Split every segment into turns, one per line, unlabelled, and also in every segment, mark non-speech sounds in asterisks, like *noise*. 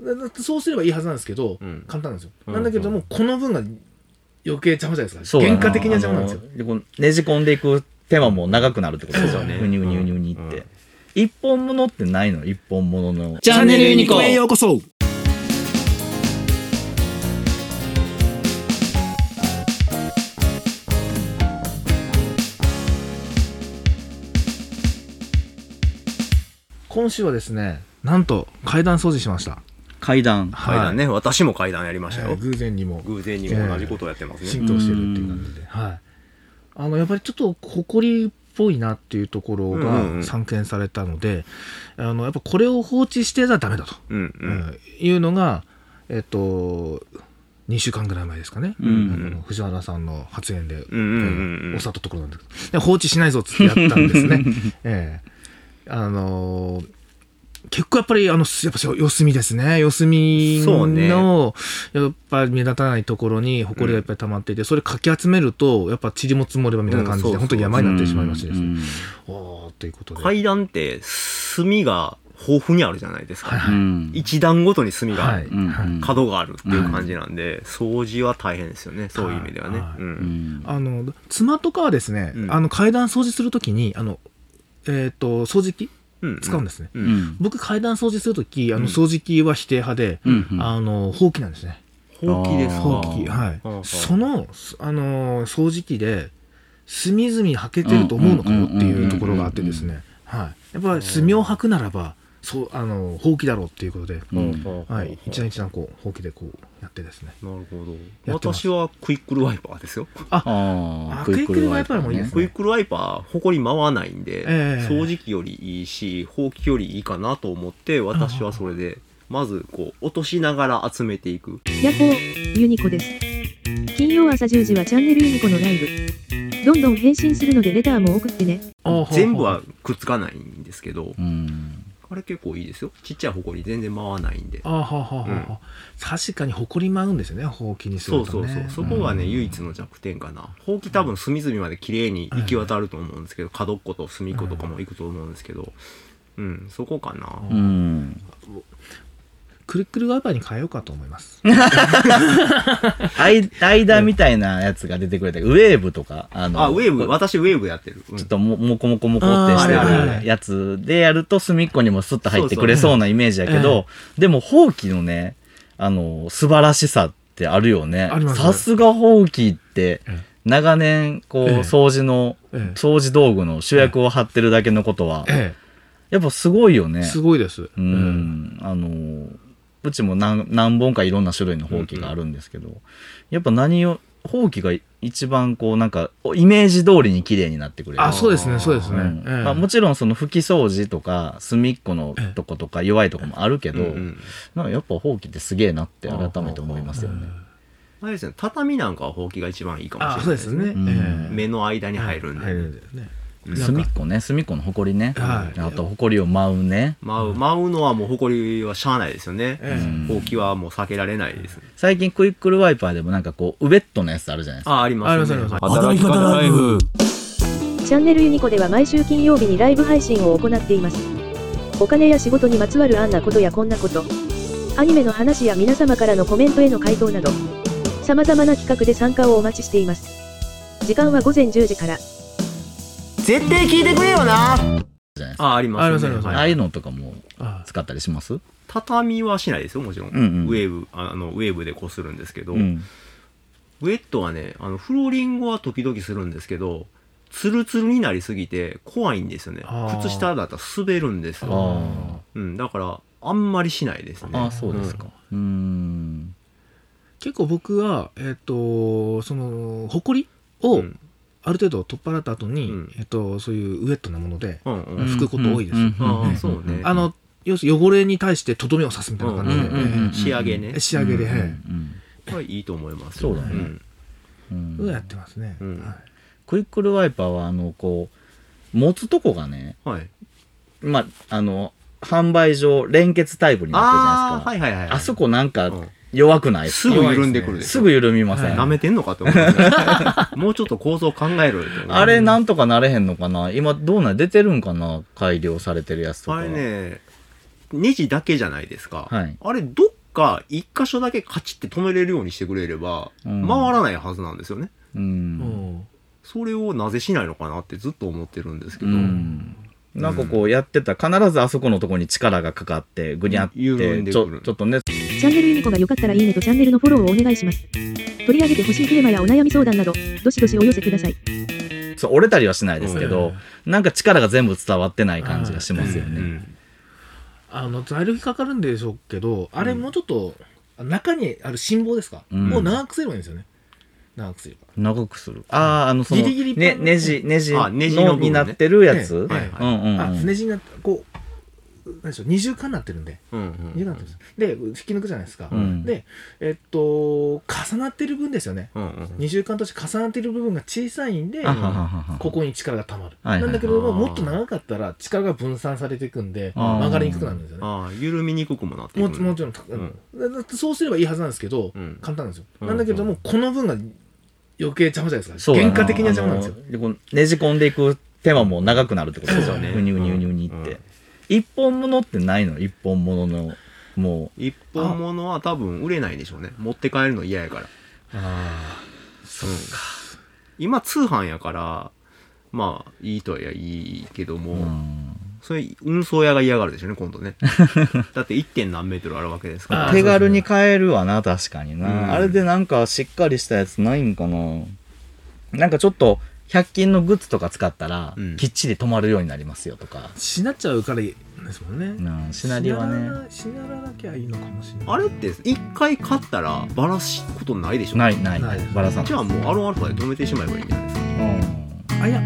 だだってそうすればいいはずなんですけど、
うん
簡単なんですよ、
うん
なんだけども、この分が余計邪魔じゃないですか
そうだな
原価的な邪魔なんですよ
あのでこうねじ込んでいく手間も長くなるってことですよ
そうだ
ね
ね
うにうにうにうにって、
うん
一本ものってないの一本ものの
チャンネルユニコへようこそ
今週はですねなんと階段掃除しました
階段
はい
階段ね、私も階段やりました
は
よ
い。偶然にも
偶然にも同じことをやってますね。
浸透してるっていう感じで、はい、あのやっぱりちょっと埃っぽいなっていうところ
うんうんう
が
ん
散見されたので、あのやっぱこれを放置してじゃダメだと、
うんうん。
いうのがえっと2週間ぐらい前ですかね、
うん
あの藤原さんの発言で、
うんうんうんうん
おっしゃったところなんですけどで放置しないぞっつってやったんです
*laughs*
ね。ええあのー結構やっぱりあのやっぱそう四隅ですね四隅
そうね
の、やっぱり目立たないところに埃がやっぱり溜まっていて、それかき集めるとやっぱ塵も積もればみたいな感じで、
うんそうそう
本当に山になってしまいましてです
う
ね。
ん
おーということで、
階段って、炭が豊富にあるじゃないです
はい
か。
うん
一段ごとに炭が
はい、
うん
はい
角があるっていう感じなんで、掃除は大変ですよね、そういう意味ではね。
はい
うん
あの妻とかはですね、
うん。
あの階段掃除するときにあのえっ、と掃除機使うんですすね。
うん
うん
僕階段掃除するときあ
うん
の掃除機は否定派で、
うんうん
あの放棄なんですね。
ほうきですか。
ほう
あ
き
ー
はい
あー
その、すあのー掃除機で隅々に履けてると思うのかよっていうところがあってですねはいやっぱり墨を履くならばそうあのーほうきだろうっていうことで、
うん
ほうほう
はい、一段一段こうほうきでこうやってですね
なるほど。
やってます
私はクイックルワイパーですよ。
あ
あ
ー
クイックルワイパーもいいです
クイ
ね
ックルワイパー、ほこり回らないんで、
ええ
掃除機よりいいし、ほうきよりいいかなと思って、私はそれで、まず、こう、落としながら集めていく。
ヤッホー、ユニコです。金曜朝10時はチャンネルユニコのライブ。どんどん返信するのでレターも送ってね。
あー
全部
ほ
は
う
くっつかないんですけど、
うん
あれ結構いいですよ。ちっちゃいほこり全然回らないんで。
ほうあーはあはあはあはあ確かにほこり舞うんですよねほうきにす
そ
る
うそ
と
う
ね
そう。そこがね、
うん
唯一の弱点かな。ほうき多分隅々まで綺麗に行き渡ると思うんですけど、角っこと隅っことかも行くと思うんですけど、うん、そこかな。
うん
くるくるワイパーに変えようかと思い
*laughs*
ます
あい間みたいなやつが出てくれたけどウェーブとかあの
あ、ウェーブ、
こ
私ウェーブやってる。うん
ちょっとももこもこもこってして
あーはいはい
は
る
い
やつでやると隅っこにもスッと入ってくれ
そうそう
そうなイメージやけど、でもほうきのね、あの、素晴らしさってあるよね
あり。ます
さすがほうきって
ええ、
長年、こう、
ええ
掃除の、
ええ
掃除道具の主役を張ってるだけのことは、
え
やっぱすごいよ
え
ね。
すごいです
う
うん
ん、あの、うちも何何本かいろんな種類のほうきがあるんですけど、やっぱ何を、ほうきが一番こうなんかイメージ通りに綺麗になってくれる。
あそうですねそうですね
うん
ええ
まあ、もちろんその拭き掃除とか隅っこのとことか弱いとこもあるけど、
うんうん
なんかやっぱほうきってすげえなって改めて思いますよね。
あれですね、畳なんかはほうきが一番いいかもしれ
あ
ない
そうですね、
うん
ええ
目の間に入るんで。
入るんだよね
うん
なん
隅っ
か
こね隅っこのほこりね、
はい
あとほこりを舞うね
舞う、舞うのはもう埃はしゃあないですよね。
ええ
ほうきはもう避けられないですね。
最近クイックルワイパーでもなんかこうウェットのやつあるじゃないですか。
あ、あります
あ
ね。
りますあります
働き方ライブ
チャンネルユニコでは毎週金曜日にライブ配信を行っています。お金や仕事にまつわるあんなことやこんなこと、アニメの話や皆様からのコメントへの回答など、様々な企画で参加をお待ちしています。時間は午前10時から。
絶対聞いてくれよな
あ、ありますね
ありますあります
はい
ああいうのとかも
あ
使ったりします、
畳はしないですよ、もちろん。
うんうん
ウェーブ、あの、ウェーブでこするんですけど、
うん
ウェットはね、あの、フローリングは時々するんですけど、ツルツルになりすぎて怖いんですよね
あー。
靴下だったら滑るんですよ。
あ
うん、だから、あんまりしないですね。
ああそうですか。うーん
結構僕はえっ、とそのほこりを
う
あ
ん。
る程度取っ払った後に、
うん
えっとそういうウエットなもので、
うんうん。
拭くこと多いですよ
ああ、そうね。
あの要するに汚れに対してとどめを刺すみたいな感じで、
うんうんうん仕上げね
ええ仕上げで、
うん
え
うんう
え
ん
これいいと思います。
そうだ
ん
ねうん
うんやってますね、
うん
はい
クイックルワイパーはあのこう持つとこがね
はい。
まああの販売上連結タイプになってるじ
あ
ゃない
あ、はい
ですか
はいはい。
あそこなんか
うん
弱くないで
す
すか
ぐ緩んでくるでし
す
ょ。
ぐ緩みません、
舐めてんのかと思います
*laughs*
ねもうちょっと構造考えろよって
あれなんとかなれへんのかな今どうなん出てるんかな改良されてるやつとか
あれね、ネジだけじゃないですか。
はい
あれ、どっか、一箇所だけカチって止めれるようにしてくれれば、
うん
回らないはずなんですよね。
うん。
それをなぜしないのかなってずっと思ってるんですけ
う
ど、
ん。なんかこうやってたら必ずあそこのとこに力がかかってぐにゃっ
緩ん
て
で
ち
く
ょ
る
ちょっとね
チャンネルユニコが良かったらいいねとチャンネルのフォローをお願いします。取り上げてほしいテーマやお悩み相談など、どしどしお寄せください。
そう折れたりはしないですけど、なんか力が全部伝わってない感じがしますよ
う
ね。
ん
あの材料費かかるんでしょうけどあれもうちょっと、中にある辛抱ですか、
うん
もう長くすればいいんですよね長くすれば
長くする。ああ、あの、その、
ギリギリ
ね、ネジ、ネジ
あネジの
の
部分ね
になってるやつ。
ええええ
うんうんうん
あネジがこう何でしょう二重化になってるんで
うん
二重化になってるんですで引き抜くじゃないですか、
うん
でえっと重なってる分ですよね
うんうん
二重間として重なってる部分が小さいんで
あはははは
ここに力が溜まる、
はいはい
なんだけれども
あー
もっと長かったら力が分散されていくんで
あー
曲がりにくくなるんですよね
ああ、緩みにくくもなってい
も
く
ちもちろん、だってそうすればいいはずなんですけど、
うん
簡単なんですよ、
うん
なんだけれどもこの分が余計邪魔じゃないです
そ
か
うだな
原価的には邪魔なんですよ
あのこうねじ込んでいく手間も長くなるってことですよね。
そうだね
うにゅうにゅうにゅうにって。
うん
一本物ってないの一本物の、もう。
一本物は多分売れないでしょうね。持って帰るの嫌やから。うん今通販やから、まあ、いいとはいいけども、
うん
それ、運送屋が嫌がるでしょうね、今度ね。だって1点何メートルあるわけですから。
あー
手軽に買えるわな、確かにな、
うん
あれでなんかしっかりしたやつないんかな。なんかちょっと、100均のグッズとか使ったら、
うん
きっちり止まるようになりますよとか。
しなっちゃうからですもんね、
うん、シナリオはね。
しならなきゃいいのかもしれない
あれって1回買ったらバラすことないでしょ
ないない
ない
バラさない
じゃあもうアロンアルファで止めてしまえばいいんじゃないですか
う
あいや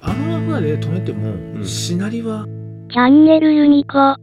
あのアフアで止めても、
ん
しなりは
チャンネルユニコ。